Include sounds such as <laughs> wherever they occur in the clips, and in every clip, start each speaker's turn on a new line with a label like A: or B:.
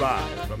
A: Live from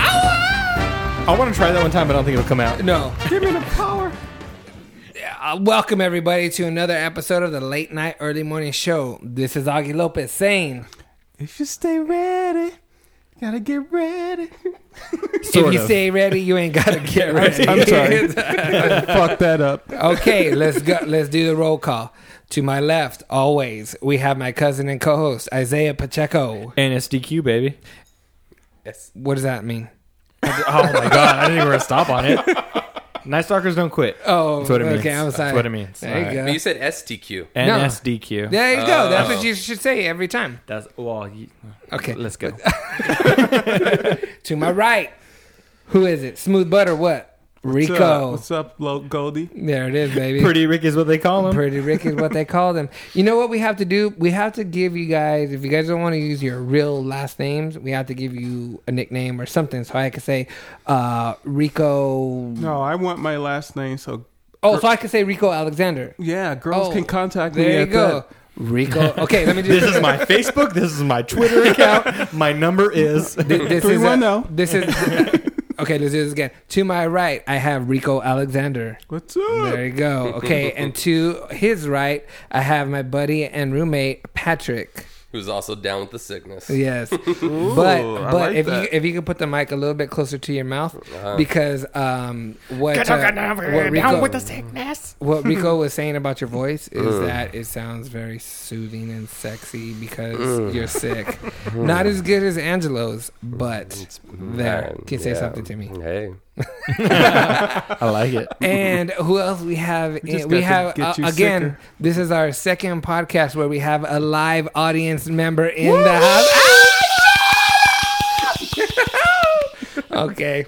B: I want to try that one time, but I don't think it'll come out.
C: No.
B: Give me the power.
C: Uh, welcome everybody to another episode of the Late Night Early Morning Show. This is Augie Lopez saying,
B: If you stay ready, gotta get
C: <laughs>
B: ready.
C: if
B: Sort
C: you
B: of.
D: <laughs>
C: stay ready, you ain't
B: <laughs>
C: gotta get ready.
B: I'm sorry. Fuck that up.
C: <laughs> okay, let's go. Let's do the roll call. To my left, always we have my cousin and co-host Isaiah Pacheco.
D: And SDQ, baby.
C: What does that mean?
D: Oh my god, I didn't even stop on it. Night stalkers don't quit.
C: Oh,
D: That's what it
C: okay.
D: means.
C: I'm sorry.
D: That's what it means.
C: There you
D: Alright.
C: go.
E: But you said STQ.
C: No.
D: NSDQ.
C: There you go. That's
E: Oh.
D: Uh,
C: what you should say every time.
D: That's well. You,
C: Okay.
D: let's
C: <laughs>
D: go.
C: To my right, who is it? Smooth butter? What?
B: What's up,
C: Rico.
B: What's up, Lo- Goldie?
C: there it is, baby.
D: Pretty Rick is what they call him.
C: <laughs> Pretty Rick is what they call them. You know what we have to do? We have to give you guys, if you guys don't want to use your real last names, we have to give you a nickname or something. So I could say uh, Rico.
B: No, I want my last name. So
C: Oh, so I could say Rico Alexander.
B: yeah, girls
C: Oh,
B: can contact me.
C: There you
B: at
C: go. Rico. Okay,
B: <laughs>
C: let me do
D: This is my Facebook. This is my Twitter account. My number
C: <laughs>
D: is.
C: Th- <laughs> This is a,
B: 310. <laughs>
C: This is. <laughs> Okay, let's do this again. To my right, I have Rico Alexander.
B: That. What's up?
C: There you
B: <laughs>
C: go. Okay, and to his right, I have my buddy and roommate Patrick.
E: Who's also down with the sickness.
B: <laughs>
C: Yes,
B: I
C: but but
B: like
C: if you
B: that. Uh-huh.
C: if you could put the mic a little bit closer to your mouth because um what uh, what Rico <laughs> what Rico was saying about your voice is
B: Uh.
C: that it sounds very soothing and sexy
B: Uh.
C: because you're
B: <laughs>
C: sick, not as good as Angelo's, but there
E: Fine,
C: can you say
E: yeah.
C: something to me.
E: Hey.
D: I like it.
C: And who else we have? in- We,
B: just got to
C: have
B: get
C: uh,
B: you
C: again.
B: sicker.
C: This is our second podcast where we have a live audience member in the house. Ah! <laughs> okay,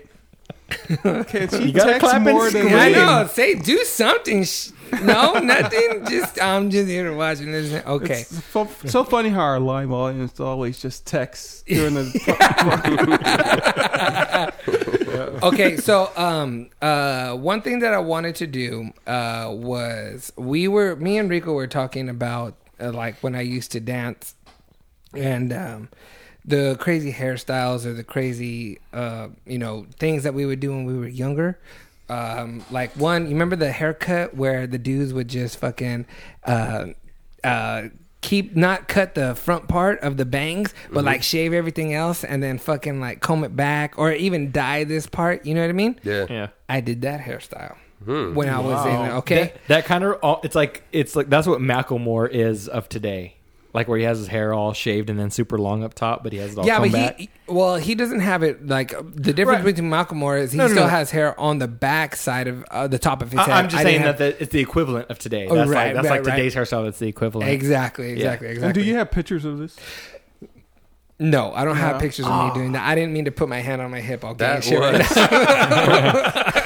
B: Can't she
D: You gotta
B: text
D: clap and
B: more than
D: scream.
C: I
B: me?
C: know. Say do something. Sh- no, nothing. Just I'm just here watching this. Okay.
B: It's <laughs> so, so funny how our live audience always just texts
C: <laughs>
B: during the.
C: okay, so um, uh, one thing that I wanted to do uh, was we were me and Rico were talking about uh, like when I used to dance and um, the crazy hairstyles or the crazy uh, you know things that we would do when we were younger. Um, like one, you remember the haircut where the dudes would just fucking uh, uh, keep not cut the front part of the bangs, but like shave everything else and then fucking like comb it back or even dye this part. You know what I mean?
E: Yeah.
D: Yeah.
C: I did that hairstyle when I was in. Okay,
D: That kind of. uh, It's like it's like that's what Macklemore is of today. Like where he has his hair all shaved and then super long up top, but he has it all
C: yeah,
D: come
C: but
D: back.
C: he well, he doesn't have it like the difference between Malcolm Moore is he
D: No, no,
C: still
D: no.
C: has hair on the back side of uh, the top of his head.
D: I, am just
C: I didn't
D: saying
C: have-
D: that the, it's the equivalent of today.
C: Oh,
D: That's like
C: right,
D: that's
C: right,
D: like
C: right.
D: today's hairstyle. That's the equivalent.
C: exactly, exactly, exactly.
B: And do you have pictures of this?
C: No, I don't
B: No.
C: have pictures of
D: Ah.
C: me doing that. I didn't mean to put my hand on my hip. I'll
E: That
C: get shit right
E: was. <laughs>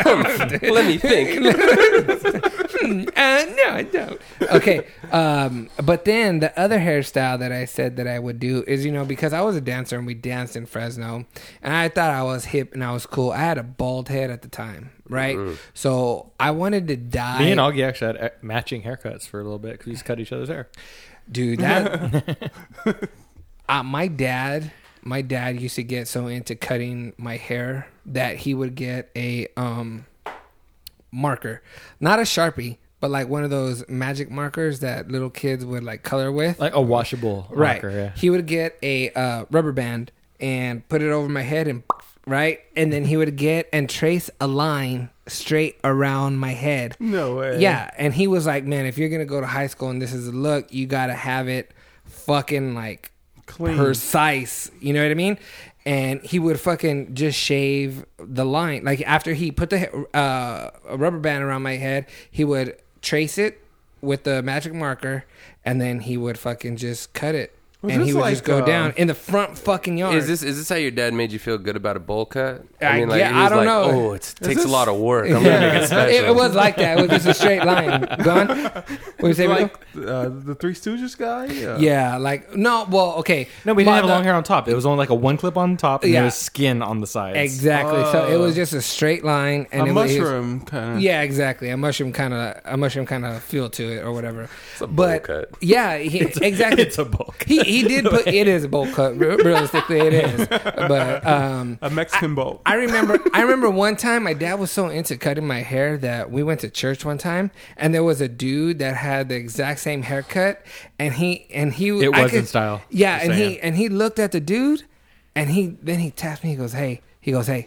E: Let me
C: <laughs>
E: think.
C: uh, no, I don't. Okay, um, but then the other hairstyle that I said that I would do is, you know, because I was a dancer and we danced in Fresno, and I thought I was hip and I was cool. I had a bald head at the time, right? So I wanted to dye.
D: Mm-hmm. Me and Augie actually had uh, matching haircuts for a little bit because we just cut each other's hair.
C: Dude, that
D: <laughs>
C: uh, my dad, my dad used to get so into cutting my hair that he would get a um marker, not a sharpie, but like one of those magic markers that little kids would like color with.
D: Like a washable
C: right.
D: rocker. Yeah.
C: He would get a uh, rubber band and put it over my head and right, and then he would get and trace a line straight around my head.
B: No way.
C: Yeah, and he was like, "Man, if you're gonna go to high school and this is a look, you gotta have it fucking like
B: Clean.
C: precise." You know what I mean? And he would fucking just shave the line. Like after he put the he- uh, a rubber band around my head, he would trace it with the magic marker, and then he would fucking just cut it.
B: Was
C: and he
B: this
C: would
B: like,
C: just go
B: uh,
C: down in the front fucking yard.
E: Is this is this how your dad made you feel good about a bowl cut?
C: I- Uh, yeah,
E: he was
C: I don't
E: like,
C: know.
E: Oh, it's, it takes
B: this-
E: a lot of work. I'm gonna
C: <laughs>
E: make
C: yeah.
E: it special.
C: It, it was like that. It was just a straight line. Gone. What were you saying?
B: like
C: Michael?
B: uh, the Three Stooges guy? Yeah.
C: yeah, like no. Well, okay.
D: No, we didn't
C: My-
D: have long hair on top. It was only like a one clip on top, and
C: Yeah.
D: there was skin on the sides.
C: Exactly. so it was just a straight line and
B: a
C: it was- it was-
B: mushroom kind of.
C: Yeah, exactly. A mushroom kind of a mushroom kind of feel to it or whatever. It's
E: a bowl
C: but
E: cut.
C: yeah, he,
D: <laughs>
C: exactly.
D: It's a bulk.
C: he he did put it is a bowl cut. re- Realistically, it is. But um,
B: A Mexican bowl.
C: I remember I remember one time my dad was so into cutting my hair that we went to church one time and there was a dude that had the exact same haircut and he and he
D: It
C: I
D: was in style,
C: Yeah,
D: just
C: and
D: saying.
C: he and he looked at the dude and he then he tapped me, he goes, Hey, he goes, Hey,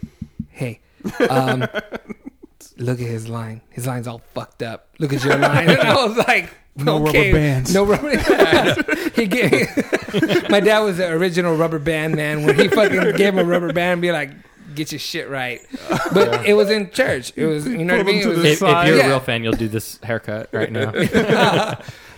C: hey, um
B: <laughs>
C: look at his line. His line's all fucked up. Look at
B: <laughs>
C: your line. And I was like,
B: No rubber
C: okay,
B: bands.
C: No rubber bands. <laughs> he gave, my dad was the original rubber band man. When he fucking gave him a rubber band, and be like, get your shit right. But it was in church. It was, you know what I
B: Pulled him
C: mean? It
B: to
C: was
B: the
D: If, if you're
C: Yeah.
D: a real fan, you'll do this haircut right <laughs> now.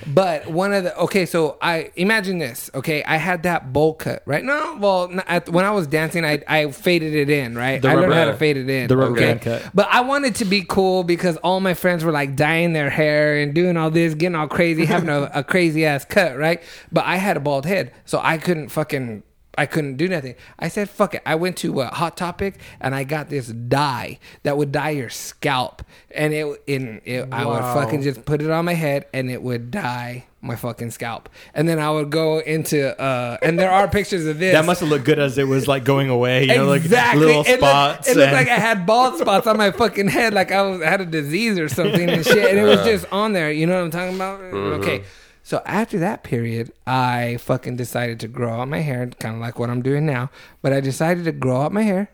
C: But one of the okay, so I imagine this. Okay, I had that bowl cut, right? No, well, n- at, when I was dancing, I I faded it in, right?
D: The
C: I learned
D: rubber-
C: how to fade it in,
D: the rubber
C: okay?
D: band cut.
C: But I wanted to be cool because all my friends were like dyeing their hair and doing all this, getting all crazy, having a,
D: <laughs>
C: a crazy ass cut, right? But I had a bald head, so I couldn't fucking. I couldn't do nothing. I said, "Fuck it." I went to uh, Hot Topic and I got this dye that would dye your scalp, and it in it, I would
B: Wow.
C: fucking just put it on my head and it would dye my fucking scalp, and then I would go into uh, and there are pictures of this.
D: That must have looked good as it was like going away. You know,
C: exactly.
D: like little
C: it
D: spots.
C: Looked, it looked
D: and-
C: like I had bald spots on my fucking head, like I was I had a disease or something and shit, and it was
D: Uh-huh.
C: just on there. You know what I'm talking about?
D: Mm-hmm.
C: Okay. So after that period, I fucking decided to grow out my hair, kind of like what I'm doing now. But I decided to grow out my hair,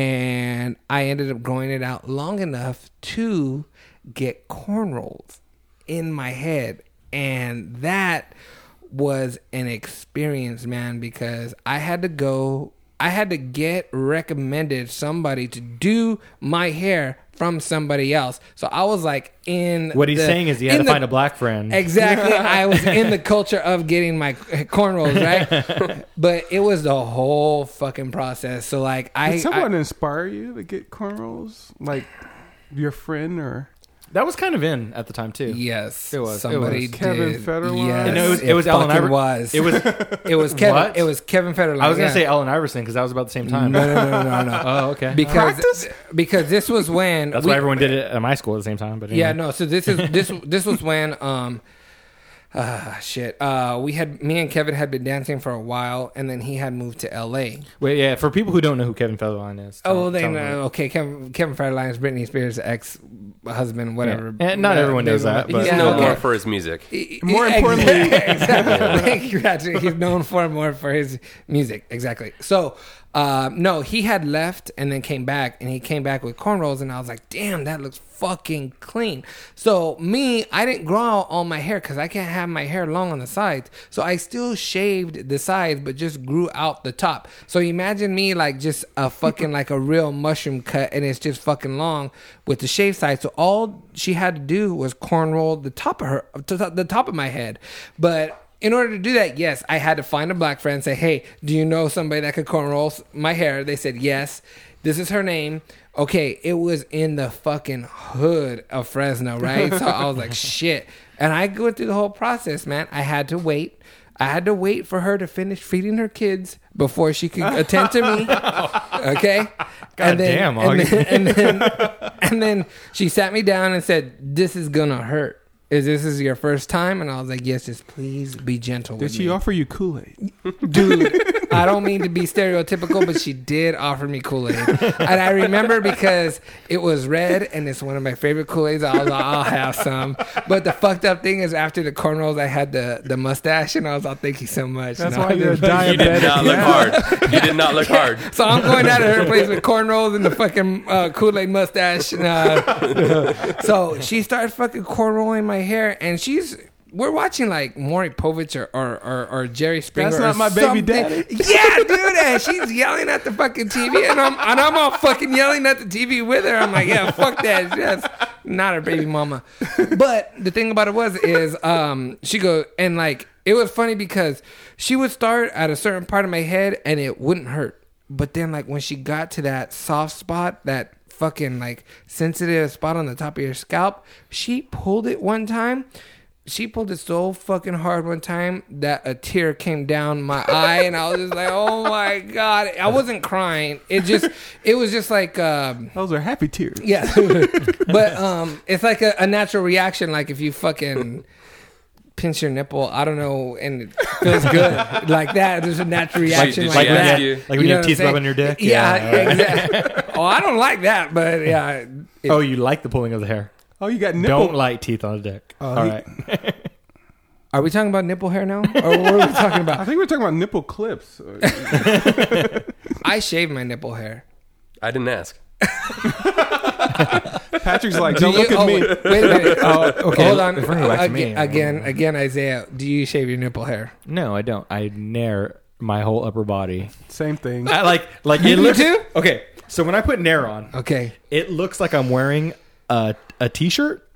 C: and I ended up growing it out long enough to get cornrows in my head, and that was an experience, man, because I had to go, I had to get recommended somebody to do my hair from somebody else. So I was like in.
D: What he's
C: the-
D: saying is he had
C: in
D: to
C: the-
D: find a
C: <laughs>
D: black friend. <laughs>
C: Exactly. I was in the culture of getting my <laughs> cornrows,
D: <laughs>
C: right? but it was the whole fucking process. So, like, I.
B: Did someone
C: I-
B: inspire you to get cornrows? Like your friend or
D: that was kind of in at the time too.
C: Yes,
D: It was- it
C: somebody
D: was.
B: Kevin
C: did.
B: Federline?
C: Yes,
B: And
D: it was-
C: it,
D: it was Alan
C: fucking
D: Iver-
C: was. <laughs>
D: It was.
C: It was Kevin.
D: What?
C: It was Kevin Federline.
D: I was gonna
C: yeah.
D: say Allen Iverson because that was about the same time.
C: No, no, no, no,
D: <laughs>
C: no.
D: Oh, okay.
C: because
B: Practice?
C: because this was when
D: That's
C: we-
D: why everyone did it at my school at the same time. But
C: Yeah,
D: anyway.
C: no. So this is this this was when um, <sighs> ah, shit. Uh, we had me and Kevin had been dancing for a while, and then he had moved to L.A.
D: Wait, yeah. For people who don't know who Kevin Federline is,
C: Oh, well,
D: tell-
C: they
D: tell them.
C: know. Okay, Kevin Kevin Federline is Britney Spears' ex husband, whatever.
D: Yeah. And Eh, not
C: Uh,
D: everyone knows
C: they-
D: that, but-
E: He's
C: Yeah,
E: known
C: okay.
E: more for his music.
B: More
C: Ex- <laughs>
B: importantly- <laughs>
C: exactly. Thank you, Patrick. He's known for more for his music. Exactly. So, uh, no, he had left and then came back, and he came back with cornrows, and I was like, damn, that looks fucking clean. So, me, I didn't grow out all my hair because I can't have my hair long on the sides. So, I still shaved the sides, but just grew out the top. So, imagine me like just a fucking, like a real mushroom cut, and it's just fucking long with the shave side. So, all she had to do was cornroll the top of her, to the top of my head. But in order to do that, yes, I had to find a black friend. Say, hey, do you know somebody that could cornroll s- my hair? They said yes. This is her name. Okay, it was in the fucking hood of Fresno, right? so I
D: <laughs>
C: was like, shit. And I went through the whole process, man. I had to wait. I had to wait for her to finish feeding her kids before she could attend to
D: <laughs>
C: me. Okay. and then,
D: damn,
C: and
D: Augie.
C: then, and then, <laughs> and then she sat me down and said, "This is gonna hurt. Is this is your first time?" And I was like, "Yes, just please be gentle."
B: did
C: with
B: she
C: me."
B: offer you Kool Aid? <laughs>
C: dude. I don't mean to be stereotypical, but she did offer me Kool Aid, and I remember because it was red, and it's one of my favorite Kool Aids. I was like, I'll have some. But the fucked up thing is, after the cornrows, I had the the mustache, and I was like, "Thank you so much."
B: That's
C: No.
B: why you're a
E: You did
B: diabetic.
E: not look hard. You did not
C: <laughs>
E: look hard.
C: So I'm going out of her place with cornrows and the fucking uh, Kool Aid mustache. and, uh, so she started fucking cornrolling my hair, and she's. We're watching like Maury Povich or or, or, or Jerry Springer.
B: That's not
C: or
B: my baby
C: something.
B: daddy.
C: Yeah, dude, and she's yelling at the fucking TV, and I'm and I'm all fucking yelling at the TV with her. I'm like, yeah, fuck that. That's not her baby mama. But the thing about it was is um she go and like It was funny because she would start at a certain part of my head and it wouldn't hurt. But then, like, when she got to that soft spot, that fucking, like, sensitive spot on the top of your scalp, she pulled it one time. She pulled it so fucking hard one time that a tear came down my eye, and I was just like, "Oh my god!" I wasn't crying. It just, it was just like, um,
B: Those are happy tears.
C: yeah, <laughs> but um, it's like a, a natural reaction. Like if you fucking pinch your nipple, I don't know, and it feels good like that. There's a natural reaction
E: did
C: like,
E: she ask
C: that.
E: you?
D: Like when
C: know
D: your
C: what I'm
D: teeth rub
C: saying?
D: on your dick?
C: Yeah,
D: Yeah.
C: exactly. oh, I don't like that, but yeah. it-
D: Oh, you like the pulling of the hair?
B: Oh, you got nipple.
D: Don't like teeth on a dick. All
C: he-
D: right.
C: are we talking about nipple hair now, or what are we talking
B: I
C: about?
B: think we're talking about
C: <laughs>
B: nipple clips.
C: I shave my nipple hair.
E: I didn't ask.
B: Patrick's like, don't look
C: You-
B: at
C: oh,
B: me.
C: Wait, wait a
B: <laughs>
C: minute.
D: okay.
C: oh, Hold on.
D: Referring back to me.
C: Again, again, again, Isaiah, do you shave your nipple hair?
D: No, I don't. I nair my whole upper
C: <laughs>
D: body.
B: Same thing.
D: I like like
C: You
D: it
C: do
D: looks.
C: too?
D: Okay, so when I put nair on,
C: Okay.
D: it looks like I'm wearing a a t-shirt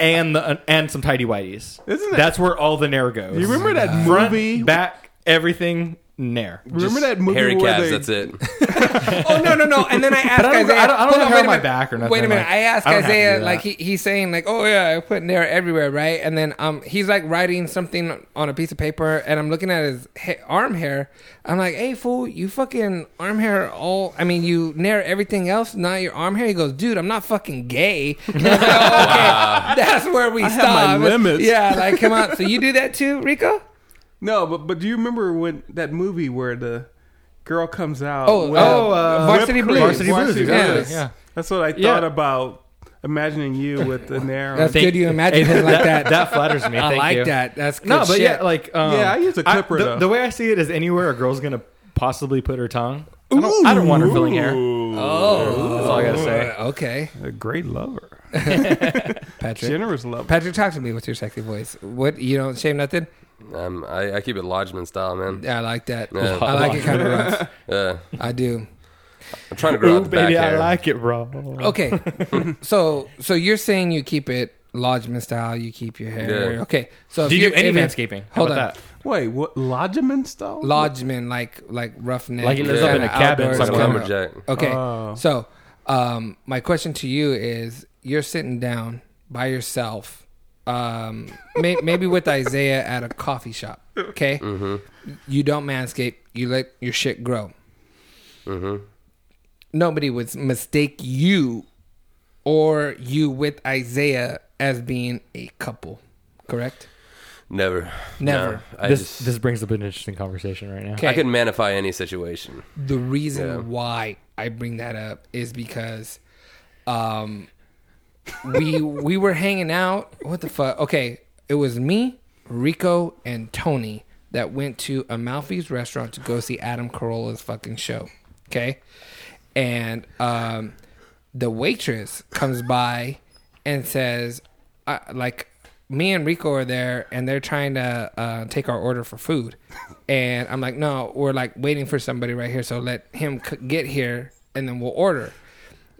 D: and the and some tidy whities.
B: Isn't it-
D: That's where all the nair goes.
B: You remember that
D: front,
B: movie?
D: back, everything nair.
B: remember that movie
E: Hairy
B: where
E: calves.
B: they,
E: that's it.
C: Oh no no no! And
D: <laughs>
C: then I asked
D: I don't-
C: Isaiah.
D: I don't- I don't have
C: hold on,
D: hair
C: wait
D: on
C: a
D: my
C: minute.
D: back or
C: Wait a
D: nothing,
C: minute.
D: like,
C: I asked
D: I don't have to
C: Isaiah
D: do
C: like he,
D: that.
C: he's saying like, oh yeah, I put nair everywhere, right? And then um, he's like writing something on a piece of paper, and I'm looking at his ha- arm hair. I'm like, hey fool, you fucking arm hair all. I mean, you nair everything else, not your arm hair. He goes, dude, I'm not fucking gay. <laughs> And I
D: <laughs>
C: was like, oh, okay, that's where we
B: have
C: stop.
B: my limits.
C: Yeah, like come on. So you do that too, Rico?
B: No, but but do you remember when that movie where the girl comes out?
C: Oh,
B: with
C: oh, uh,
B: whipped
C: Varsity
B: cream?
C: Blues.
D: Varsity Blues, exactly,
B: Blues.
D: yeah.
B: That's what I thought
D: uh, Yeah.
B: about imagining you with the narrow.
C: That's
D: Thank-
C: good. You
D: <laughs>
C: imagine
D: Hey,
C: it like that.
D: That flatters me.
C: I
D: Thank
C: like
D: you.
C: that. That's good
D: No, but
C: shit.
D: yeah, like um,
B: Yeah, I use a clipper,
D: the,
B: though.
D: the way I see it is anywhere a girl's gonna possibly put her tongue. I don't, I don't want her filling hair.
C: oh,
D: That's all I gotta say.
C: okay,
B: a great lover,
C: Patrick.
B: generous lover.
C: Patrick, talk to me with your sexy voice. What you don't shave nothing?
E: Um, I, I keep it lodgeman style, man.
C: Yeah, I like that.
E: Yeah.
C: I like it kind
D: <laughs>
C: of rough.
E: Uh,
C: I do.
E: I'm trying to grow out the back hair.
D: it, bro.
E: <laughs>
C: Okay, so so you're saying you keep it lodgman style. You keep your hair.
E: Yeah.
C: Okay, so if
D: Do you
C: you're-
D: do any
C: if it-
D: landscaping? How
C: Hold on,
D: about that?
B: Wait, what? Lodgman style?
C: lodgeman like like roughneck.
D: Like he lives
E: up in
C: kinda
E: a
D: cabin
C: outdoors
E: Like a
D: somewhere.
C: kinda-
E: lumberjack.
C: Okay.
B: Oh.
C: So, um, my question to you is: You're sitting down by yourself, um, may, maybe with Isaiah at a coffee shop. Okay.
E: Mm-hmm.
C: You don't manscape. You let your shit grow.
E: Mm-hmm.
C: Nobody would mistake you or you with Isaiah as being a couple. Correct.
E: Never.
C: Never.
E: No, I
D: this
E: just
D: this brings up an interesting conversation right now.
C: Okay.
E: I can manify any situation.
C: the reason
E: Yeah.
C: why I bring that up is because um we we were hanging out what the fuck okay it was me Rico and Tony that went to Amalfi's restaurant to go see Adam Carolla's fucking show okay and um the waitress comes by and says I, like me and Rico are there and they're trying to uh, take our order for food. And I'm like, no, we're like waiting for somebody right here. So let him c- get here and then we'll order.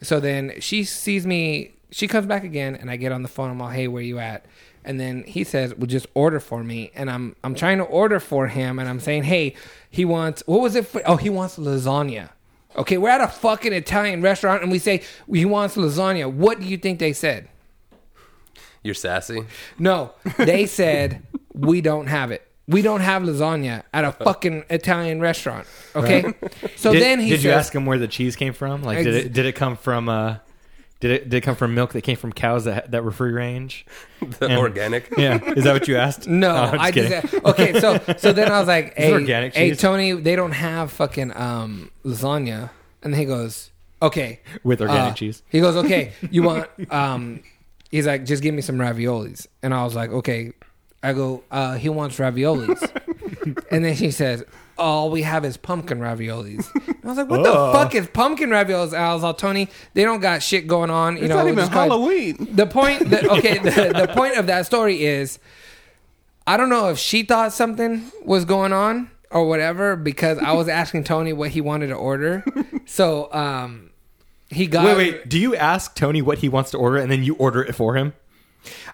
C: So then she sees me. She comes back again and I get on the phone. I'm all, hey, where you at? And then he says, well, just order for me. And I'm I'm trying to order for him. And I'm saying, hey, he wants, what was it? For, oh, he wants lasagna. Okay, we're at a fucking Italian restaurant and we say, he wants lasagna. What do you think they said?
E: You're sassy. <laughs>
C: No,
D: <laughs>
C: they said we don't have it. We don't have lasagna at a fucking Italian restaurant. Okay, so
D: Uh. did,
C: then he
D: did
C: says,
D: you ask him where the cheese came from? Like, did
C: Ex-
D: it did it come from uh, did it did it come from milk that came from cows that that were free range?
E: <laughs> The
D: And-
E: organic.
D: <laughs> Yeah, is that what you asked?
C: <laughs> "No,
D: Oh, I'm just
C: I
D: kidding.
C: just okay." So so then I was like,
D: Is it
C: "Hey,
D: organic
C: hey,
D: cheese?"
C: Tony, they don't have fucking um, lasagna," and he goes, "Okay,
D: With organic
C: uh,
D: cheese.
C: He goes, "Okay,
D: <laughs>
C: you want?" um He's like, "Just give me some raviolis," and I was like, "Okay." I go, uh, "He wants raviolis."
D: <laughs>
C: And then she says, "All we have is pumpkin raviolis." And I was like, "What
D: Oh.
C: the fuck is pumpkin raviolis?" And I was like, "Tony, they don't got shit going on. You
B: It's
C: know,
B: not
C: we'll
B: even
C: just call it-
B: Halloween.
C: The point, the,
D: <laughs>
C: okay, the, the point of that story is, I don't know if she thought something was going on or whatever because I was asking Tony what he wanted to order, so um, he got
D: Wait, wait. Do you ask Tony what he wants to order and then you order it for him?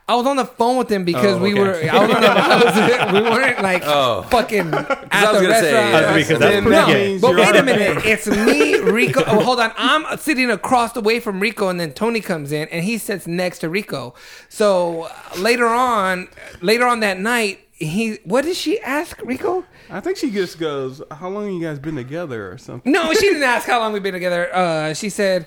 C: I was on the phone with him because
D: Oh,
C: we
D: okay.
C: were. I was on the,
E: <laughs>
C: I was, we weren't like
E: Oh.
C: fucking at
E: I was
C: the
E: gonna
C: restaurant.
E: say,
D: I was because that's
E: Then-
D: pretty
C: no,
D: gay.
C: but wait a
B: You're-
C: minute. It's
E: <laughs>
C: me, Rico. Oh, hold on. I'm sitting across the way from Rico, and then Tony comes in, and he sits next to Rico. So uh, later on, later on that night, he what did she ask Rico?
B: I think she just goes, "How long you guys been together?" or something.
C: No, she didn't ask how long we've been together. Uh, she said.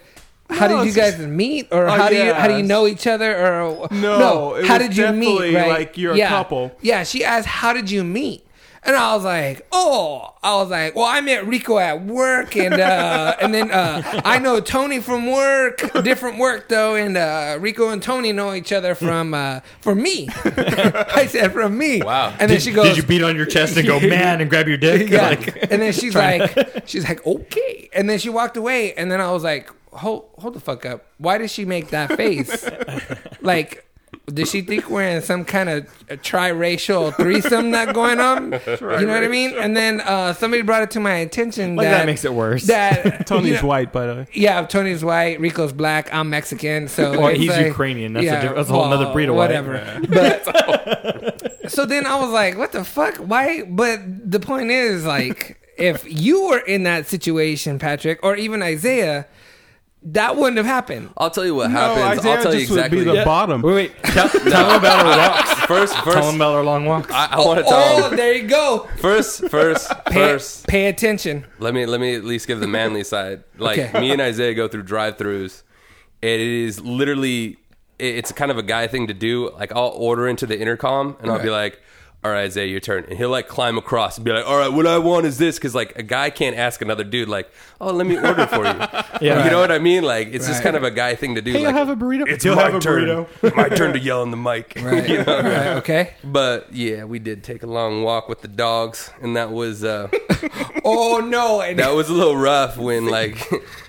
C: How
B: No,
C: did you
B: it's just-
C: guys meet, or
B: Oh,
C: how do you how do you
B: yes.
C: know each other, or
B: No, it
C: how
B: was
C: did you meet?
B: definitely
C: Right?
B: like, you're a
C: yeah.
B: couple.
C: Yeah, she asked, "How did you meet?" And I was like, "Oh, I was like, well, I met Rico at work, and uh, and then uh, I know Tony from work, different work though, and uh, Rico and Tony know each other from uh, from me." <laughs> I said, "From me."
E: Wow.
C: And then she goes,
D: Did you beat on your chest
C: <laughs>
D: and go, man, and grab your dick?
C: yeah.
D: Like,
C: and then she's
D: <laughs>
C: like, she's like, okay. And then she walked away. And then I was like, hold, hold the fuck up. Why did she make that
D: <laughs>
C: face? like, did she think we're in some kind of a triracial threesome that going on? You know what I mean? And then uh, somebody brought it to my attention
D: Like,
C: that,
D: that makes it worse. <laughs>
C: That
B: Tony's
C: you know-
B: white, by the way.
C: Yeah, Tony's white, Rico's black, I'm
D: <laughs>
C: Mexican, so
D: Well,
C: it's
D: he's
C: like-
D: Ukrainian. That's a diff- that's a whole nother breed of white.
C: whatever. <laughs> But so then I was like, "What the fuck? Why?" But the point is, like, if you were in that situation, Patrick, or even Isaiah, that wouldn't have happened.
E: I'll tell you what happens.
B: Oh, Isaiah
E: I'll tell you
B: just would be
E: exactly.
B: the bottom.
D: Wait, wait. Tell, tell him about our walks.
E: <laughs>
D: <laughs>
E: First,
D: Tell him
E: first,
D: about our long walks.
E: I, I want to tell
C: Oh,
E: him.
C: there you go.
E: First, first,
C: Pay,
E: first.
C: pay attention.
E: Let me let me at least give
C: <laughs>
E: the manly side. Like
C: Okay.
E: me and Isaiah go through drive-throughs. It is literally it- it's kind of a guy thing to do. Like I'll order into the intercom and I'll be like, "All right, Isaiah, your turn." And he'll like climb across and be like, "All right, what I want is this," because like a guy can't ask another dude like, "Oh, let me order for you."
C: <laughs>
D: Yeah.
E: you know what I mean? Like it's just
C: Right.
E: kind of a guy thing to do. like,
D: burrito.
E: It's my turn. my turn to yell in the mic. <laughs>
C: Right.
E: You know?
C: Right, okay.
E: But yeah, we did take a long walk with the dogs, and that was uh, <laughs>
C: Oh no. And
E: that was a little rough <laughs> when like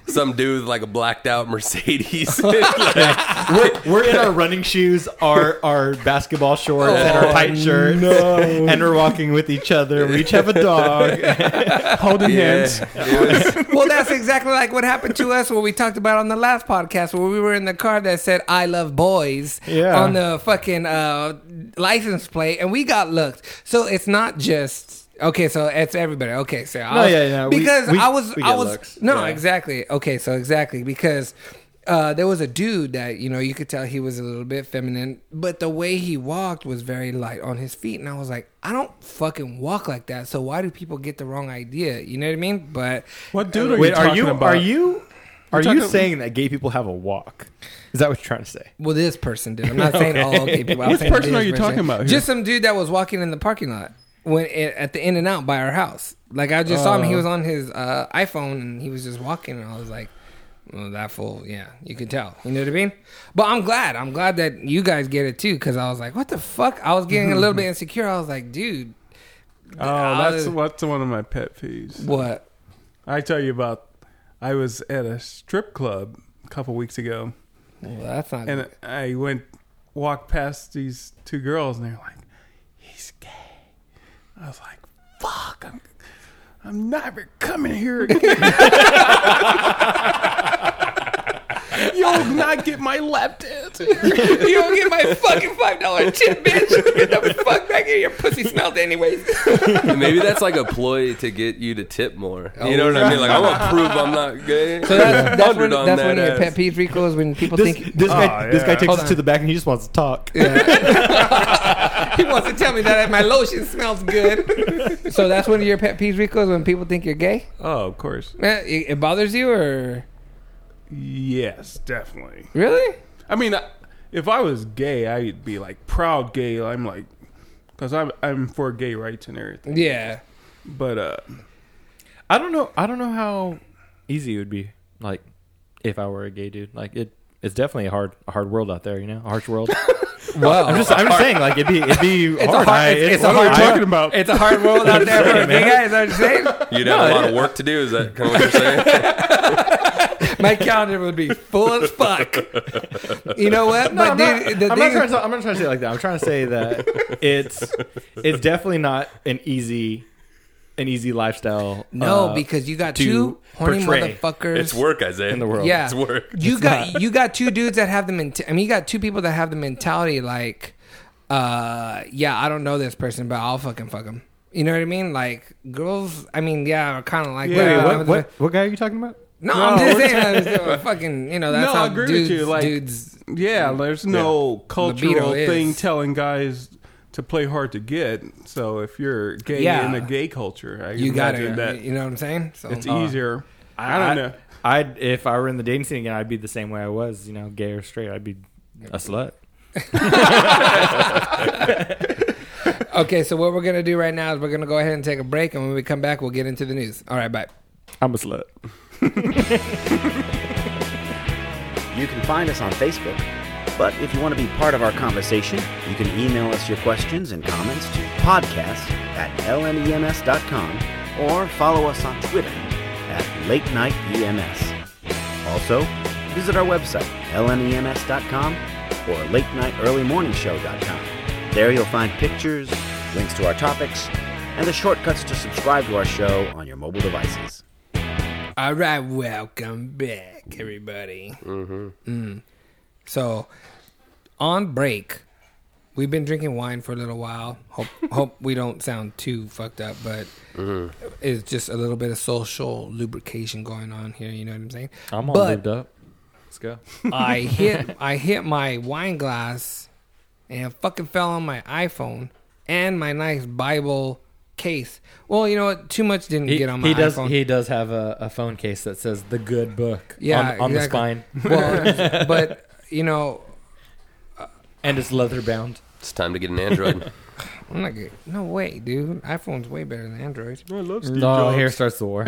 E: some dude with like a blacked out Mercedes. <laughs> like,
D: <laughs> We're, we're in our running shoes, our our basketball shorts, and our tight shirts, and we're walking with each other. We each have a <laughs> dog.
B: Holding
E: yeah,
B: hands.
E: it was-
C: well, that's exactly like what happened to us when we talked about on the last podcast where we were in the car that said "I love boys"
D: Yeah.
C: on the fucking uh, license plate, and we got looked. So it's not just. Okay, so it's everybody. Okay, so I
D: No,
C: was,
D: yeah, yeah, we-
C: because
D: we-
C: I was,
D: we
C: I
D: get
C: was
D: looks.
C: no,
D: Yeah.
C: exactly. Okay, so exactly because uh, there was a dude that you know you could tell he was a little bit feminine, but the way he walked was very light on his feet, and I was like, I don't fucking walk like that. So why do people get the wrong idea? You know what I mean? But
B: What dude are
D: Wait,
B: you
D: are
B: talking
D: you
B: about?
D: are you are you
B: talking-
D: saying that gay people have a walk? Is that what you're trying to say?
C: Well, this person did. I'm
B: <laughs>
C: not saying all gay people. I'm
B: Which
C: saying
B: person
C: this
B: are you talking about here?
C: Just some dude that was walking in the parking lot when at the In and Out by our house. Like I just saw him.
B: Oh.
C: He was on his uh, iPhone and he was just walking, and I was like, well, "That fool." Yeah, you can tell. You know what I mean? But I'm glad. I'm glad that you guys get it too, because I was like, "What the fuck?" I was getting a little
B: <laughs>
C: bit insecure. I was like, "Dude,
B: Oh, that's
C: Uh,
B: what's one of my pet peeves.
C: <laughs> what?"
B: I tell you about. I was at a strip club a couple weeks ago,
C: Well, that's not. <laughs>
B: and I went walked past these two girls, and they're like, "He's gay." I was like, "Fuck, I'm, I'm never coming here again." <laughs> You'll not get my lap dance. here."
C: you don't get my fucking five dollar tip, bitch. Get the fuck back here. Your pussy smelled
B: <laughs>
C: anyways.
E: maybe that's like a ploy to get you to tip more. You know what I mean? Like I want to prove I'm not gay.
C: So that's, that's when,
E: <laughs> Hundred on
C: that's when
E: that
C: your pet
E: ass.
C: peeve, Rico, is when people
D: This,
C: think <laughs>
D: this guy
A: Oh,
D: this guy
A: yeah.
D: takes
C: Hold
D: us
C: on.
D: to the back and he just wants to talk. <laughs>
C: <laughs> he wants to tell me that my lotion smells good. so that's one of your pet peeves, Rico, is when people think you're gay.
B: Oh, of course.
C: Eh, It, it bothers you, or
B: Yes, definitely.
C: really?
B: I mean, I- if I was gay, I'd be like proud gay. I'm like, because I'm I'm for gay rights and everything.
C: Yeah.
B: But uh,
D: I don't know. I don't know how easy it would be. Like if I were a gay dude, like it. It's definitely a hard, a hard world out there. You know, a harsh <laughs> world.
C: Well,
D: I'm just, I'm just saying. Like it'd be, it'd be
C: it's
D: hard.
C: a hard, it's, it's a hard
B: I-
C: world.
B: talking about?
C: It's a hard world out there for gay guys. I'm just saying,
E: You'd have a lot of work to do. Is that kind of what you're <laughs> saying?
C: my calendar would be full as fuck. You know what?
D: No, I'm,
C: dude,
D: not,
C: the
D: I'm, not
C: thing
D: trying
C: is-
D: to, I'm not trying to say it like that. I'm trying to say that it's it's definitely not an easy an easy lifestyle.
C: No,
D: uh,
C: because you got
D: to
C: two horny
D: portray.
C: motherfuckers.
E: It's work, Isaiah.
D: In the world.
C: Yeah,
E: It's work.
C: You got you got two dudes that have the mentality. I mean, you got two people that have the mentality like, uh, yeah, I don't know this person, but I'll fucking fuck him. You know what I mean? Like girls, I mean, yeah, are kind of like
D: Wait, wait,
C: that.
D: what, what, what guy are you talking about?
C: No, I'm
B: No,
C: just
B: we're-
C: saying, I'm
B: <laughs>
C: just- uh, fucking, you know, that's
B: No, I
C: how
B: agree with
C: dudes,
B: you, like-
C: dudes.
B: Yeah, there's no cultural
C: Libido is.
B: thing telling guys to play hard to get. So if you're gay
C: Yeah.
B: in a gay culture, I
C: You got
B: imagine
C: it.
B: that
C: You know what I'm saying? So uh,
B: it's easier. I, don't know.
D: I'd if I were in the dating scene again, I'd be the same way I was. You know, gay or straight, I'd be a slut.
C: okay, so what we're gonna do right now is we're gonna go ahead and take a break, and when we come back, we'll get into the news. All right, bye.
D: I'm a slut.
F: You can find us on Facebook. But if you want to be part of our conversation, you can email us your questions and comments to podcast at E lmems.com or follow us on Twitter at Late Night EMS. Also, visit our website, E lmems.com or latenightearlymorningshow.com. There you'll find pictures, links to our topics, and the shortcuts to subscribe to our show on your mobile devices.
C: All right, welcome back, everybody. Mm-hmm. So, on break, we've been drinking wine for a little while. Hope <laughs> hope we don't sound too fucked up, but it's just a little bit of social lubrication going on here. You know what I'm saying?
D: I'm all
C: but
D: lubed up. Let's go. <laughs>
C: I hit I hit my wine glass, and it fucking fell on my iPhone and my nice Bible case. Well, <laughs> you know what? Too much didn't
D: He,
C: get on my
D: he does.
C: iPhone.
D: He does have a, a phone case that says "the good book"
C: yeah,
D: on, on
C: exactly.
D: the spine, <laughs>
C: Well, but you know,
D: and it's leather bound.
E: It's time to get an Android.
C: I'm not good. No way, dude. iPhone's way better than Android.
B: I love Steve
D: No,
B: Jobs.
D: Oh, here starts the war.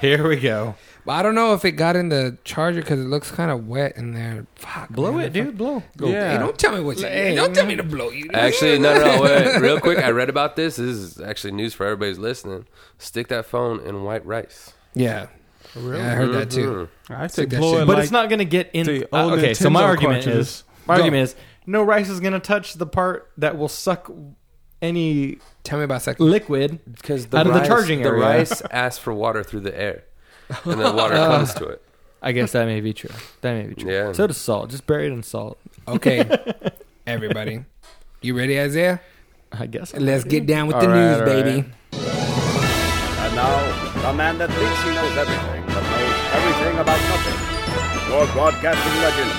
D: <laughs> here we go.
C: But I don't know if it got in the charger because it looks kind of wet in there. Fuck,
D: Blow
C: man,
D: it,
C: I
D: dude. Blow.
C: fuck-
B: Yeah.
C: Hey, don't tell me what you.
D: Hey,
C: don't tell me to blow you.
E: <laughs> actually, no, no, wait, real quick. I read about this. This is actually news for everybody's listening. Stick that phone in white rice.
C: <laughs>
E: Mm-hmm.
C: Yeah. Really? I heard that
D: Mm-hmm.
C: too.
B: I
C: Stick
B: think
C: that
B: blow
C: shit.
B: it
D: But
B: like
D: it's not going to get in.
B: the
D: Uh,
B: old
D: okay, so my
B: Nintendo
D: argument
B: cartridges.
D: is my
C: Go.
D: argument is no rice is going to touch the part that will suck any
C: Tell me about second.
D: liquid
E: Because
D: the Out of the rice- charging
E: the
D: area.
E: rice asks for water through the air, and then water comes to it.
D: <laughs> I guess that may be true. That may be true.
E: Yeah.
D: So does salt. Just bury it in salt. <laughs>
C: Okay, everybody, you ready, Isaiah?
D: I guess.
C: Let's get down with the
D: All right,
C: news,
D: all
C: baby.
D: right.
F: And now, the man that thinks he knows everything, but knows everything about nothing.
A: Your broadcasting legend,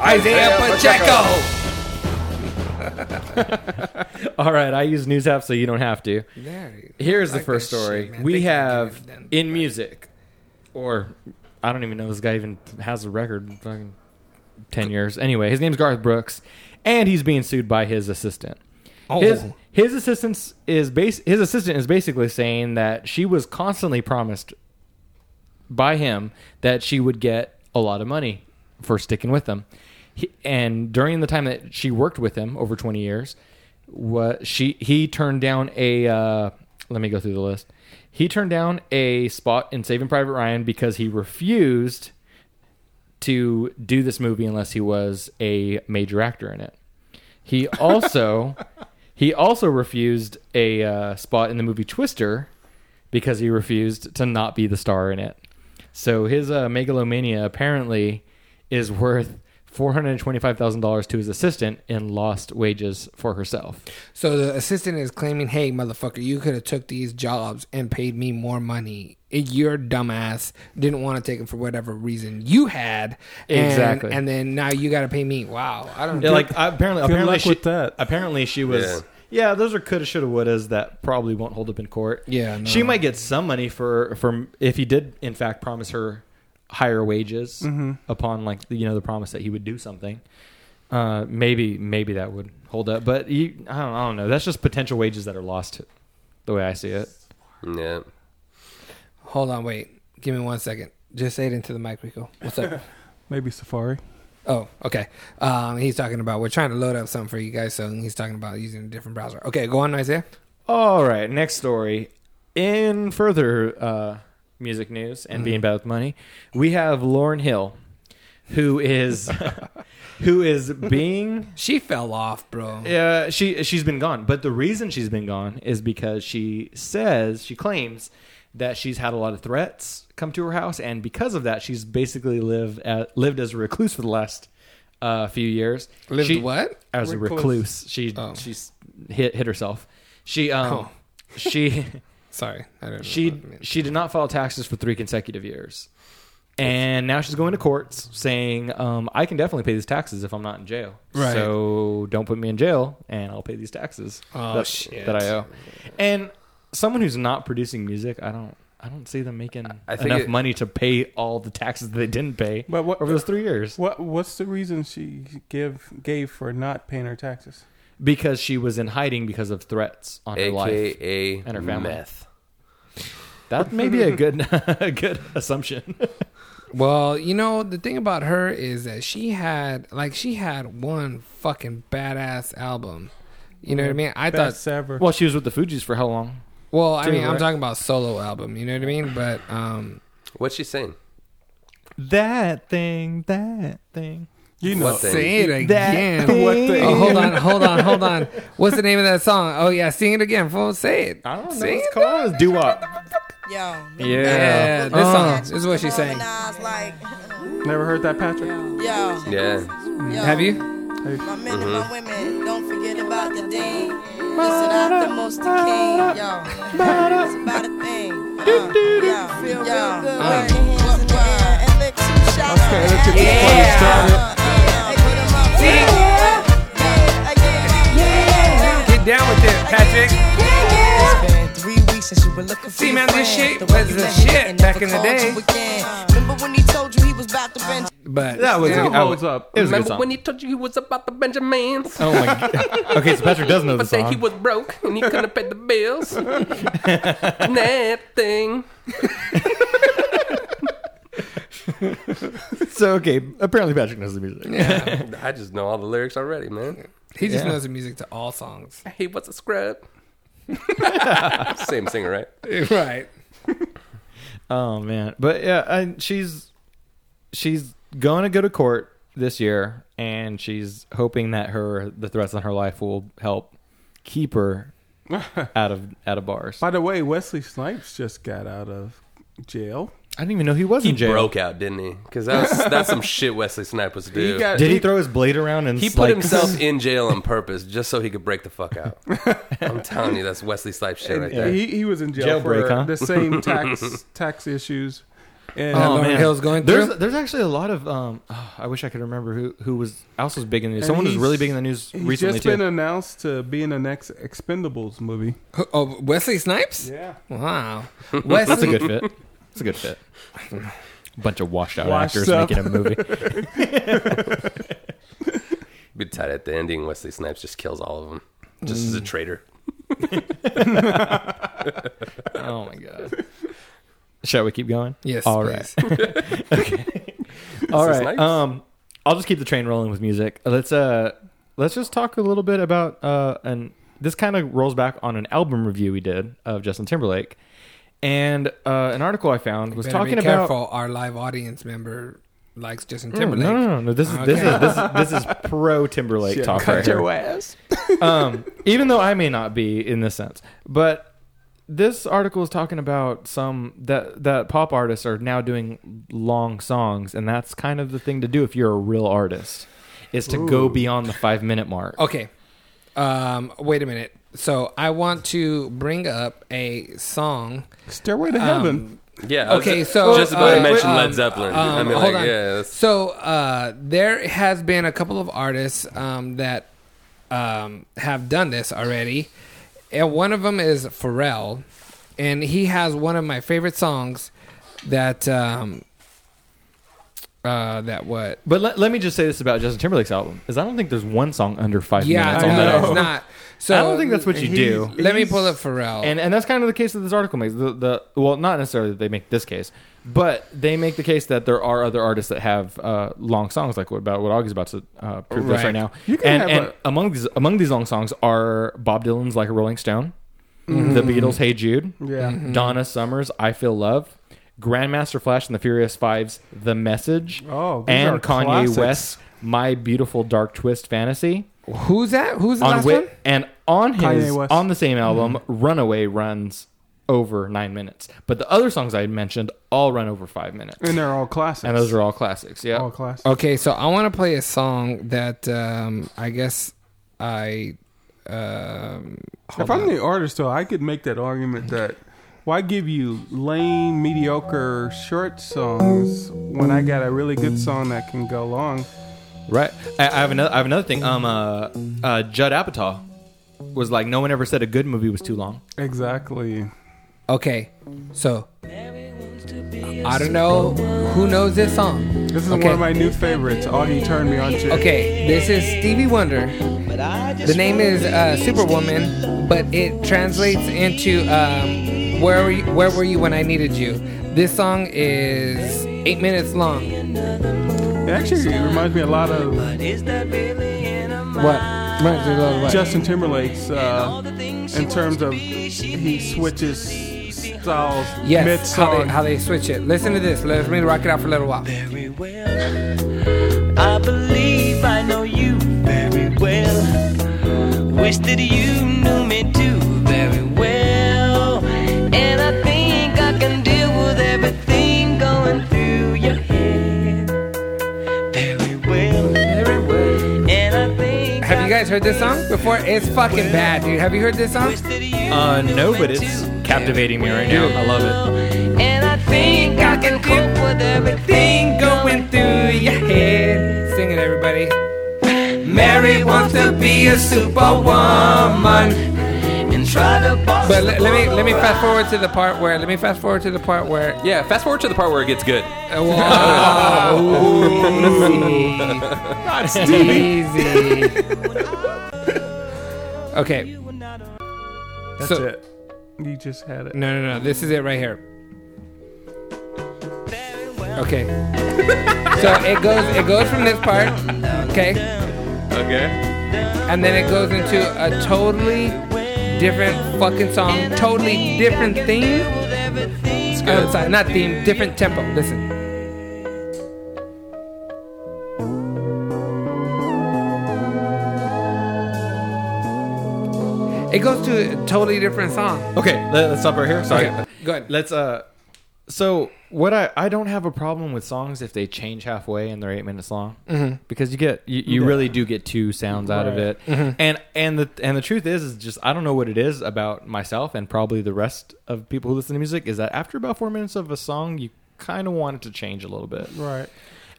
C: Isaiah Pacheco.
D: All right. I use news apps so you don't have to.
C: There.
D: Here's the
C: Like
D: first
C: this shit,
D: story.
C: man. They
D: we
C: can
D: have
C: do it then.
D: in music, or I don't even know this guy even has a record. in Fucking ten years. Anyway, his name's Garth Brooks, and he's being sued by his assistant.
C: Oh.
D: His his assistant is base. His assistant is basically saying that she was constantly promised by him that she would get a lot of money for sticking with him. He, and during the time that she worked with him over 20 years, what she he turned down a uh, let me go through the list. He turned down a spot in Saving Private Ryan because he refused to do this movie unless he was a major actor in it. He also he also refused a uh, spot in the movie Twister because he refused to not be the star in it. So his uh, megalomania apparently is worth four hundred twenty-five thousand dollars to his assistant in lost wages for herself.
C: So the assistant is claiming, "Hey, motherfucker, you could have took these jobs and paid me more money. Your dumbass didn't want to take them for whatever reason you had, and,
D: Exactly.
C: And then now you got to pay me. Wow, I don't
D: Yeah, like apparently,
B: good
D: apparently
B: luck
D: she,
B: with that.
D: apparently she was.
E: Yeah.
D: Yeah. those are coulda, shoulda, wouldas that probably won't hold up in court.
C: Yeah, no.
D: she might get some money for from if he did in fact promise her higher wages
B: Mm-hmm.
D: upon like the, you know the promise that he would do something. Uh, maybe maybe that would hold up, but you, I don't I don't know. That's just potential wages that are lost, the way I see it.
E: Yeah.
C: Hold on, wait, give me one second. Just say it into the mic, Rico.
D: <laughs>
C: What's up?
B: maybe Safari.
C: Oh, okay. Um, he's talking about we're trying to load up something for you guys, so he's talking about using a different browser. Okay, go on, Isaiah.
D: All right, next story. In
C: Mm-hmm.
D: further uh, music news and being bad with money, we have Lauren Hill. who
C: <laughs>
D: is who is being
C: She fell off, bro.
D: uh, she she's been gone. But the reason she's been gone is because she says she claims that she's had a lot of threats come to her house, and because of that, she's basically lived as, lived as a recluse for the last uh, few years.
C: Lived
D: She-
C: what?
D: As a
B: Recluse.
D: recluse, she
C: Oh.
D: she's hit hit herself. She um
C: Oh.
D: she
C: Sorry, I don't know.
D: she
C: what I meant.
D: she did not file taxes for three consecutive years. And now she's going to courts saying, um, I can definitely pay these taxes if I'm not in jail.
C: Right.
D: So don't put me in jail and I'll pay these taxes
C: Oh,
D: that,
C: shit.
D: that I owe. And someone who's not producing music, I don't I don't see them making
E: I think
D: enough
E: it-
D: money to pay all the taxes that they didn't pay
B: But what-
D: over those three years.
B: What What's the reason she give gave for not paying her taxes?
D: Because she was in hiding because of threats on her life.
E: AKA
D: and her family.
E: meth.
D: That may be a good <laughs> a good assumption.
C: Well, you know, the thing about her is that she had like she had one fucking badass album. You know what I mean? I thought
B: Best ever.
D: well, she was with the Fugees for how long?
C: well, I
D: too,
C: mean, I'm
D: right?
C: talking about solo album, you know what I mean? But um
E: What's she saying?
D: That thing, that thing.
B: you know,
E: What thing?
C: say it again. Oh, hold on, hold on, hold on. What's the name of that song? Oh yeah, sing it again. Fool, say it.
D: I don't know.
C: Sing
D: it's
C: it.
D: called it's doo-wop.
G: Yo.
D: Yeah.
C: Yeah, this
G: Oh.
C: song. This is what she's saying.
G: Harmonized, Like,
B: Never heard that, Patrick.
G: yo,
E: Yeah.
G: yo.
C: Have you?
G: My men and
F: Mm-hmm.
G: my women, don't forget about the dean. Listen, I'm the most the king, yo. It's about a thing. Uh, yo, feel real good. Put your hands in the air and lick some shots.
B: Okay, let's get this party
G: Yeah.
B: started.
G: Uh, uh, and put 'em up. Yeah, yeah, yeah, yeah.
C: Get down with it, Patrick.
G: It's been three weeks since you were looking for
C: See,
G: your
C: man, this
G: friend.
C: shit
G: The one
C: was
G: you
C: the
G: met and
C: shit
G: never
C: back in the
G: called
C: day.
G: you again. Remember when he told you he was about to bend
C: But
D: That was a
C: still,
D: good-
B: Holds up.
D: It was a good song.
E: he told you he was about the Benjamins?
D: uh, oh my god. Okay, so Patrick does know the song.
E: broke and he couldn't pay the bills. that thing.
D: so okay, apparently Patrick knows the music.
C: yeah,
E: I just know all the lyrics already, man.
C: he just
D: Yeah.
C: knows the music to
D: <laughs>
C: all songs.
E: He was a scrub. Same singer, right?
C: right.
D: Oh man, but yeah, I, she's she's going to go to court this year, and she's hoping that her the threats on her life will help keep
E: <laughs>
D: her out of out of bars. I
B: By the way, Wesley Snipes just got out of jail.
D: didn't even know he was
E: He
D: in jail.
E: broke out, didn't he? Because that's that's some shit Wesley Snipes do.
B: He got
D: Did he throw his blade around and
E: He
D: s-
E: put
D: like- <laughs>
E: himself in jail on purpose just so he could break the fuck out. I'm telling you, that's Wesley Snipes shit right there.
B: he, he was in jail
D: Jailbreak,
B: for
D: huh?
E: <laughs>
B: the same tax tax issues. And
C: Oh, man. Hill's going
D: there's
C: through?
D: there's actually a lot of um. oh, I wish I could remember who who was else was big in the news.
B: And
D: Someone was
B: he's-
D: really big in the news
B: he's
D: recently
B: just been
D: too.
B: announced to be in the next Expendables movie.
C: Oh, Wesley Snipes?
B: Yeah.
C: Wow.
D: <laughs> That's a
C: Wesley.
D: good fit. It's a good fit. <laughs> Bunch of washed out
B: Washed
D: actors
B: up.
D: making a movie.
E: Be tight at the ending. Wesley Snipes just kills all of them, just as a traitor.
D: <laughs> Oh my god. Shall we keep going?
C: yes.
D: All right.
C: please.
D: All
E: <laughs> This is
D: right.
E: nice.
D: Um, I'll just keep the train rolling with music. Let's uh, let's just talk a little bit about uh, and this kind of rolls back on an album review we did of Justin Timberlake, and uh, an article I found was
C: Better
D: talking
C: be
D: about.
C: careful. Our live audience member likes Justin
D: No,
C: Timberlake.
D: no, no, no. This is this
C: Okay.
D: is this is, this
C: <laughs>
D: is pro Timberlake talk right here.
B: ass.
D: <laughs> um, even though I may not be in this sense, but this article is talking about some that that pop artists are now doing long songs, and that's kind of the thing to do if you're a real artist, is to go beyond the five minute mark.
C: Okay. Um, wait a minute. So I want to bring up a song.
B: Stairway to
E: Um,
B: Heaven.
E: Yeah. I was
C: Okay,
E: just,
C: so
E: just about
C: uh,
E: to mention
C: um,
E: Led Zeppelin. I
C: um,
E: mean,
C: hold
E: like,
C: on.
E: yeah, that's
C: So uh, there has been a couple of artists um, that um, have done this already, and one of them is Pharrell, and he has one of my favorite songs that um, uh, that what
D: But let, let me just say this about Justin Timberlake's album is I don't think there's one song under five
C: yeah
D: minutes.
C: I
D: on
C: know,
D: that
C: it's
D: album.
C: not. So
D: I don't think that's what you do.
C: Let me pull up Pharrell.
D: and and that's kind of the case that this article makes. The, the well, not necessarily that they make this case, but they make the case that there are other artists that have uh, long songs, like what about what Augie's about to uh, prove to us
C: Right.
D: right now.
B: You can
D: and
B: have
D: and
B: a-
D: among these among these long songs are Bob Dylan's "Like a Rolling Stone," the Beatles' "Hey Jude,"
B: Mm-hmm. Yeah.
D: Donna Summer's "I Feel Love." Grandmaster Flash and the Furious Five's The Message,
B: Oh, these are
D: and Kanye
B: classics.
D: West's My Beautiful Dark Twist Fantasy.
C: Who's that? Who's the
D: on
C: last
D: whi-
C: one?
D: and on
B: Kanye
D: his
B: West. Hmm.
D: on the same album, Runaway runs over nine minutes, but the other songs I had mentioned all run over five minutes,
B: and they're all classics.
D: And those are all classics. Yeah,
B: all classics.
C: Okay, so I want to play a song that um, I guess I. Um,
B: if I'm the artist, though, I could make that argument that why give you lame, mediocre, short songs when I got a really good song that can go long?
D: right. I, I have another. I have another thing. Um, uh, uh, Judd Apatow was like, no one ever said a good movie was too long.
B: Exactly.
C: okay, so I don't know who knows this song.
B: This is
C: Okay.
B: one of my new favorites. All you turned me on to.
C: Okay, this is Stevie Wonder. The name is uh, Superwoman, but it translates into um, "Where were you, Where were you when I needed you." This song is eight minutes long.
B: It actually reminds me a lot of
C: What? Reminds me a lot of what?
B: Justin Timberlake's uh, in terms of he switches styles mid
C: yes, how they,
B: song.
C: how they switch it. Listen to this. Let me rock it out for a little while.
H: very well. I believe I know you very well. Wish that you knew me too very well. And I think I can deal with everything going through your head very well. Very well. And I think
C: Have you guys heard this song before? It's fucking bad, dude. Have you heard this song?
D: Uh, no, but it's captivating me right now. I love it.
H: And I think I can cope with everything
C: Thing going through your head. Sing it, everybody. Mary wants to be a superwoman.
H: and try to boss
C: But let, let me let me fast forward to the part where let me fast forward to the part where
E: Yeah, fast forward to the part where it gets good.
C: uh, wow, easy, easy. Okay,
B: That's
C: so-
B: it. You just had it.
C: no, no, no, this is it right here. Okay, so it goes it goes from this part, okay,
E: Okay.
C: and then it goes into a totally different fucking song, totally different theme. Oh, sorry, not theme, different tempo. Listen. It goes to a totally different song.
D: Okay, let, us stop right here. Sorry.
C: Okay, go ahead.
D: Let's uh. So what I I don't have a problem with songs if they change halfway and they're eight minutes long mm-hmm. because you get you, you really do get two sounds out of it
C: Mm-hmm.
D: and and the and the truth is is just I don't know what it is about myself and probably the rest of people who listen to music is that after about four minutes of a song you kind of want it to change a little bit
B: Right.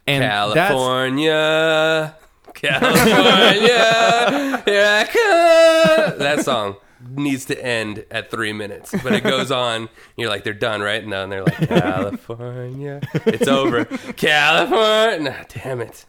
D: and that's
E: California. California. <laughs> here I come. That song needs to end at three minutes, but it goes on. And you're like, they're done, right? No, and
D: <laughs>
E: they're like, California. It's over. California. Nah, damn it.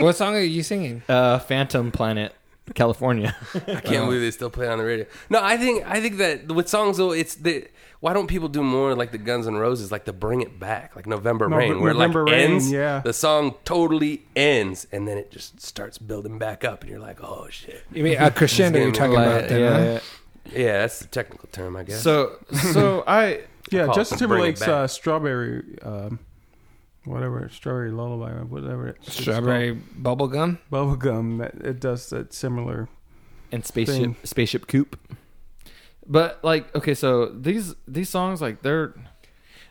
C: What song are you singing?
D: uh, Phantom Planet
C: <laughs>
D: California.
E: Can't believe they still play it on the radio. No, I think I think that with songs though, it's the why don't people do more like the Guns N' Roses, like the Bring It Back, like November
B: Nove-
E: Rain, where it like
B: November Rain,
E: ends,
B: yeah.
E: the song totally ends, and then it just starts building back up, and you're like, oh shit.
C: You mean <laughs> a crescendo? You're talking about then, huh?
E: Yeah, that's the technical term, I guess.
D: So so I
B: Yeah,
E: Call
B: Justin
E: it Bring It
B: Timberlake's
E: Back.
B: uh, Strawberry, um, whatever, Strawberry Lullaby, or whatever. It's it's
C: Strawberry bubblegum.
B: called. Bubblegum, that, it does that similar.
D: and spaceship
B: thing.
D: spaceship coop. But like, okay, so these these songs like they're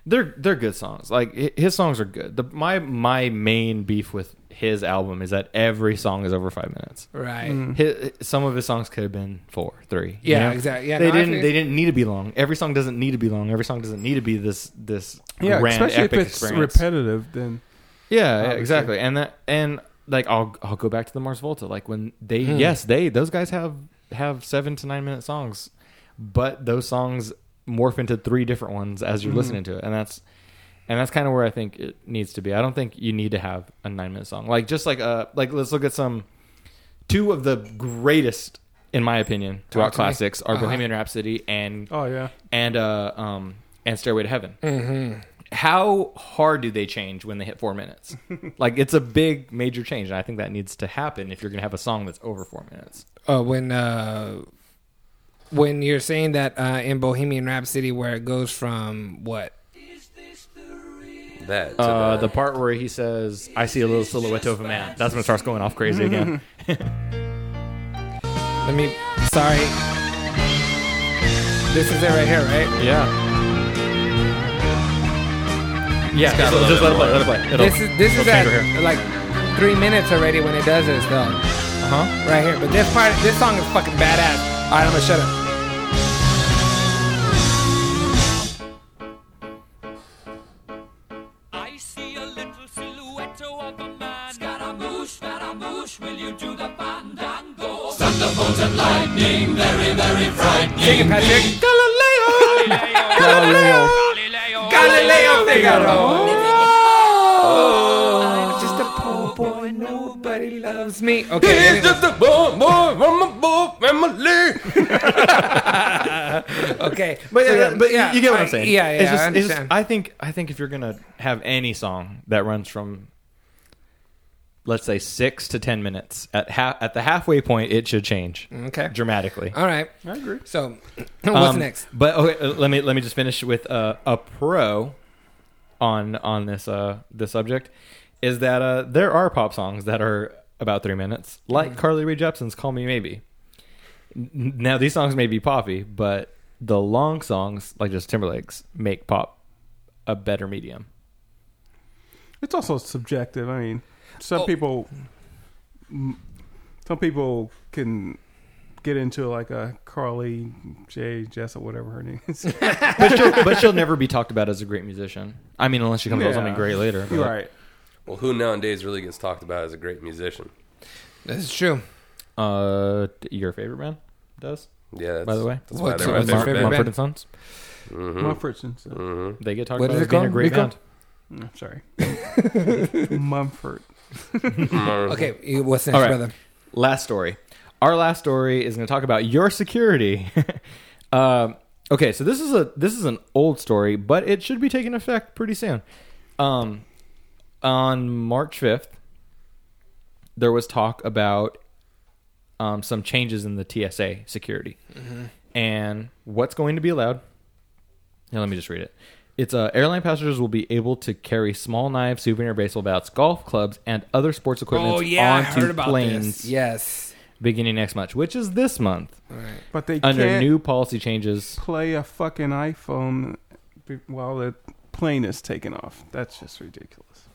D: they're they're good songs. Like hi- his songs are good. The my my main beef with his album is that every song is over five minutes.
C: Right.
D: Hi some of his songs could have been four, three. you
C: Yeah,
D: know?
C: exact- yeah,
D: they
C: no, I
D: didn't.
C: feel-
D: They didn't need to be long. Every song doesn't need to be long. Every song doesn't need to be this this
B: Yeah,
D: grand
B: especially if
D: epic
B: it's
D: experience.
B: repetitive, then.
D: Yeah, yeah,
B: Obviously.
D: exactly. And that and like I'll I'll go back to the Mars Volta. Like when they yes, they those guys have have seven to nine minute songs, but those songs morph into three different ones as you're listening to it. And that's and that's kind of where I think it needs to be. I don't think you need to have a nine minute song. Like just like uh like let's look at some two of the greatest in my opinion rock
C: to me.
D: classics are
C: Uh-huh.
D: Bohemian Rhapsody and
B: Oh, yeah.
D: and uh um and Stairway to Heaven.
C: Mm-hmm.
D: How hard do they change when they hit four
C: <laughs>
D: minutes? like it's a big major change, and I think that needs to happen if you're gonna have a song that's over four minutes.
C: uh, when uh, when you're saying that uh, in Bohemian Rhapsody, where it goes from what
E: That. to
D: Uh,
E: that.
D: the part where he says, "I see a little silhouette of a man." That's when it starts going off crazy
C: <laughs>
D: again.
C: Let me. Sorry. This is it right here, right?
D: yeah. Yeah,
E: gotta
D: just,
E: love
D: just
E: it
D: let it
E: more.
D: play. Let it play. It'll-
C: This is this
D: it'll
C: is
D: change
C: at
D: right here.
C: like three minutes already when it does this though,
D: Uh-huh.
C: right here. But this part, this song is fucking badass. All right, I'm gonna shut up.
I: I see a little silhouette of a man. Scaramouche, Scaramouche, will you do the fandango? Thunderbolt and lightning, very, very frightening.
C: Sing it, Patrick. Galileo,
I: Galileo, Galileo,
C: Galileo Figaro.
E: Oh.
C: Just a poor boy, nobody
D: <laughs>
C: loves me.
E: He's
C: Okay.
E: just a boy, boy from a boy family.
C: Okay.
D: <laughs> But,
C: So,
D: yeah, but yeah, you get what
C: I-
D: I'm saying.
C: Yeah, yeah.
D: It's just-
C: I
D: it's just-
C: understand.
D: I think I think if you're gonna have any song that runs from, let's say six to ten minutes at ha- at the halfway point, it should change
C: Mm, okay.
D: dramatically.
C: All right.
B: I agree.
C: So, <clears throat> what's
D: Um,
C: next?
D: But okay, uh, let me let me just finish with uh, a pro on on this uh this subject is that uh there are pop songs that are about three minutes, like
C: Mm-hmm.
D: Carly Rae Jepsen's "Call Me Maybe." N- Now these songs may be poppy, but the long songs like just Timberlake's make pop a better medium.
B: It's also subjective. I mean, some
C: Oh.
B: people, m- some people can get into like a Carly J. Jessa, whatever her name is.
D: But she'll, <laughs> but she'll never be talked about as a great musician. I mean, unless she comes up with
B: Yeah.
D: something great later.
B: You're
D: but-
B: right.
E: Well, who nowadays really gets talked about as a great musician?
C: This is true.
D: Uh, your favorite band does,
E: Yeah, that's,
D: by the way.
E: that's
C: What-
E: why they're
C: so
E: my
C: what's their
E: favorite
C: favorite
E: band.
D: Mumford and Sons.
B: Mumford and Sons.
D: They get talked
C: What
D: about
C: is
D: as
C: it
D: being a
C: called,
D: great
C: Rico?
D: band.
B: Mm, sorry, Mumford.
C: Okay. you- What's next,
D: uh-huh. All right.
C: brother?
D: last story. Our last story is going to talk about your security. <laughs> um, okay, so this is a this is an old story, but it should be taking effect pretty soon. Um, on March fifth, there was talk about um, some changes in the TSA security
C: Mm-hmm.
D: and what's going to be allowed. Now, let me just read it. It's uh, airline passengers will be able to carry small knives, souvenir baseball bats, golf clubs, and other sports equipment
C: Oh yeah, I
D: onto
C: heard about
D: planes
C: this. Yes.
D: beginning next month, which is this month,
B: But they
D: under
B: can't
D: new policy changes.
B: play a fucking iPhone be- while the plane is taking off. That's just ridiculous.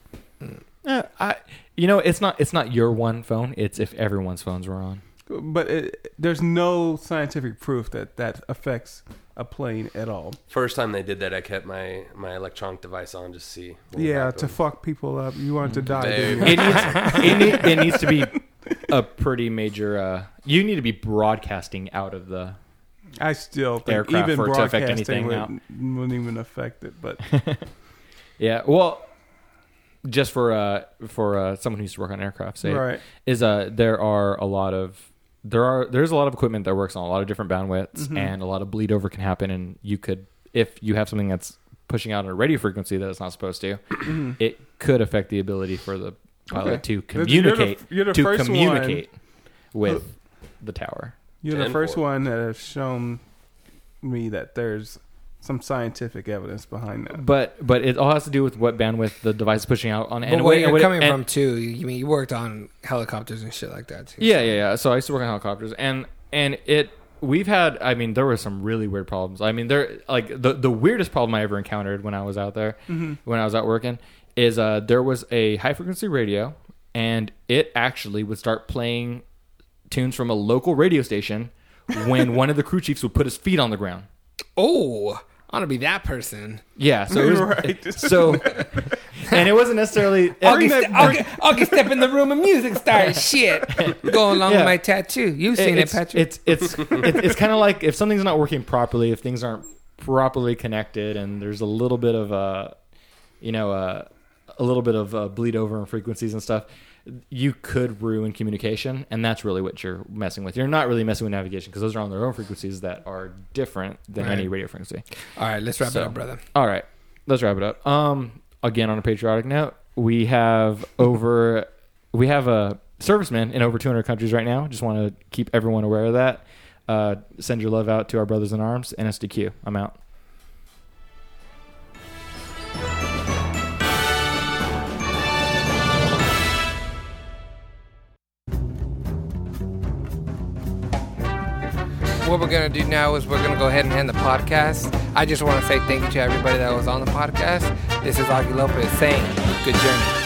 D: Eh, I, you know, it's not it's not your one phone. It's if everyone's phones were on.
B: But it, there's no scientific proof that that affects a plane at all.
E: First time they did that, I kept my, my electronic device on just to see. what
B: yeah,
E: happened.
B: to fuck people up. You want to die.
E: Babe.
B: didn't you?
D: It needs it, need, it needs to be a pretty major. Uh, you need to be broadcasting out of the.
B: <laughs> I still think
D: Aircraft
B: even
D: for it to affect
B: broadcasting
D: anything
B: wouldn't, wouldn't even affect it. But
D: Yeah, well, just for uh for uh someone who used to work on aircraft, <laughs> say
B: Right.
D: is uh there are a lot of there are there's a lot of equipment that works on a lot of different bandwidths
B: Mm-hmm.
D: and a lot of bleed over can happen and you could if you have something that's pushing out at a radio frequency that it's not supposed to it could affect the ability for the pilot
B: Mm-hmm.
D: to
B: Okay. That's- you're the-
D: communicate
B: you're the
D: to
B: first one.
D: communicate with the tower
B: you're the
E: Ten
B: first
E: four.
B: one that has shown me that there's some scientific evidence behind that.
D: but but it all has to do with what bandwidth the device is pushing out on
C: But
D: and
C: where
D: what-
C: you're
D: and what-
C: coming
D: and-
C: from too? You you mean you worked on helicopters and shit like that too?
D: Yeah, yeah, yeah. So I used to work on helicopters, and and it we've had. I mean, there were some really weird problems. I mean, there like the the weirdest problem I ever encountered when I was out there, when I was out working, is uh there was a high frequency radio, and it actually would start playing tunes from a local radio station when one of the crew chiefs would put his feet on the ground.
C: Oh, I want to be that person.
D: Yeah, so it was, so, and it wasn't necessarily.
C: I'll get, ste- I'll, get, I'll get step in the room and music starts. Shit,
D: <laughs>
C: go along
D: Yeah.
C: with my tattoo. You've seen it,
D: it's,
C: Patrick.
D: It's it's <laughs> it's, it's kind of like if something's not working properly, if things aren't properly connected, and there's a little bit of a, you know, a, a little bit of uh bleed over in frequencies and stuff. You could ruin communication, and that's really what you're messing with. You're not really messing with navigation because those are on their own frequencies that are different than
C: Right.
D: any radio frequency.
C: All right, let's wrap it up, brother.
D: All right, let's wrap it up. Um, again on a patriotic note, we have over, we have a servicemen in over 200 countries right now. Just want to keep everyone aware of that. Uh, send your love out to our brothers in arms. NSDQ. I'm out.
C: what we're gonna do now is we're gonna go ahead and end the podcast. I just want to say thank you to everybody that was on the podcast. This is Augie Lopez saying, "Good journey."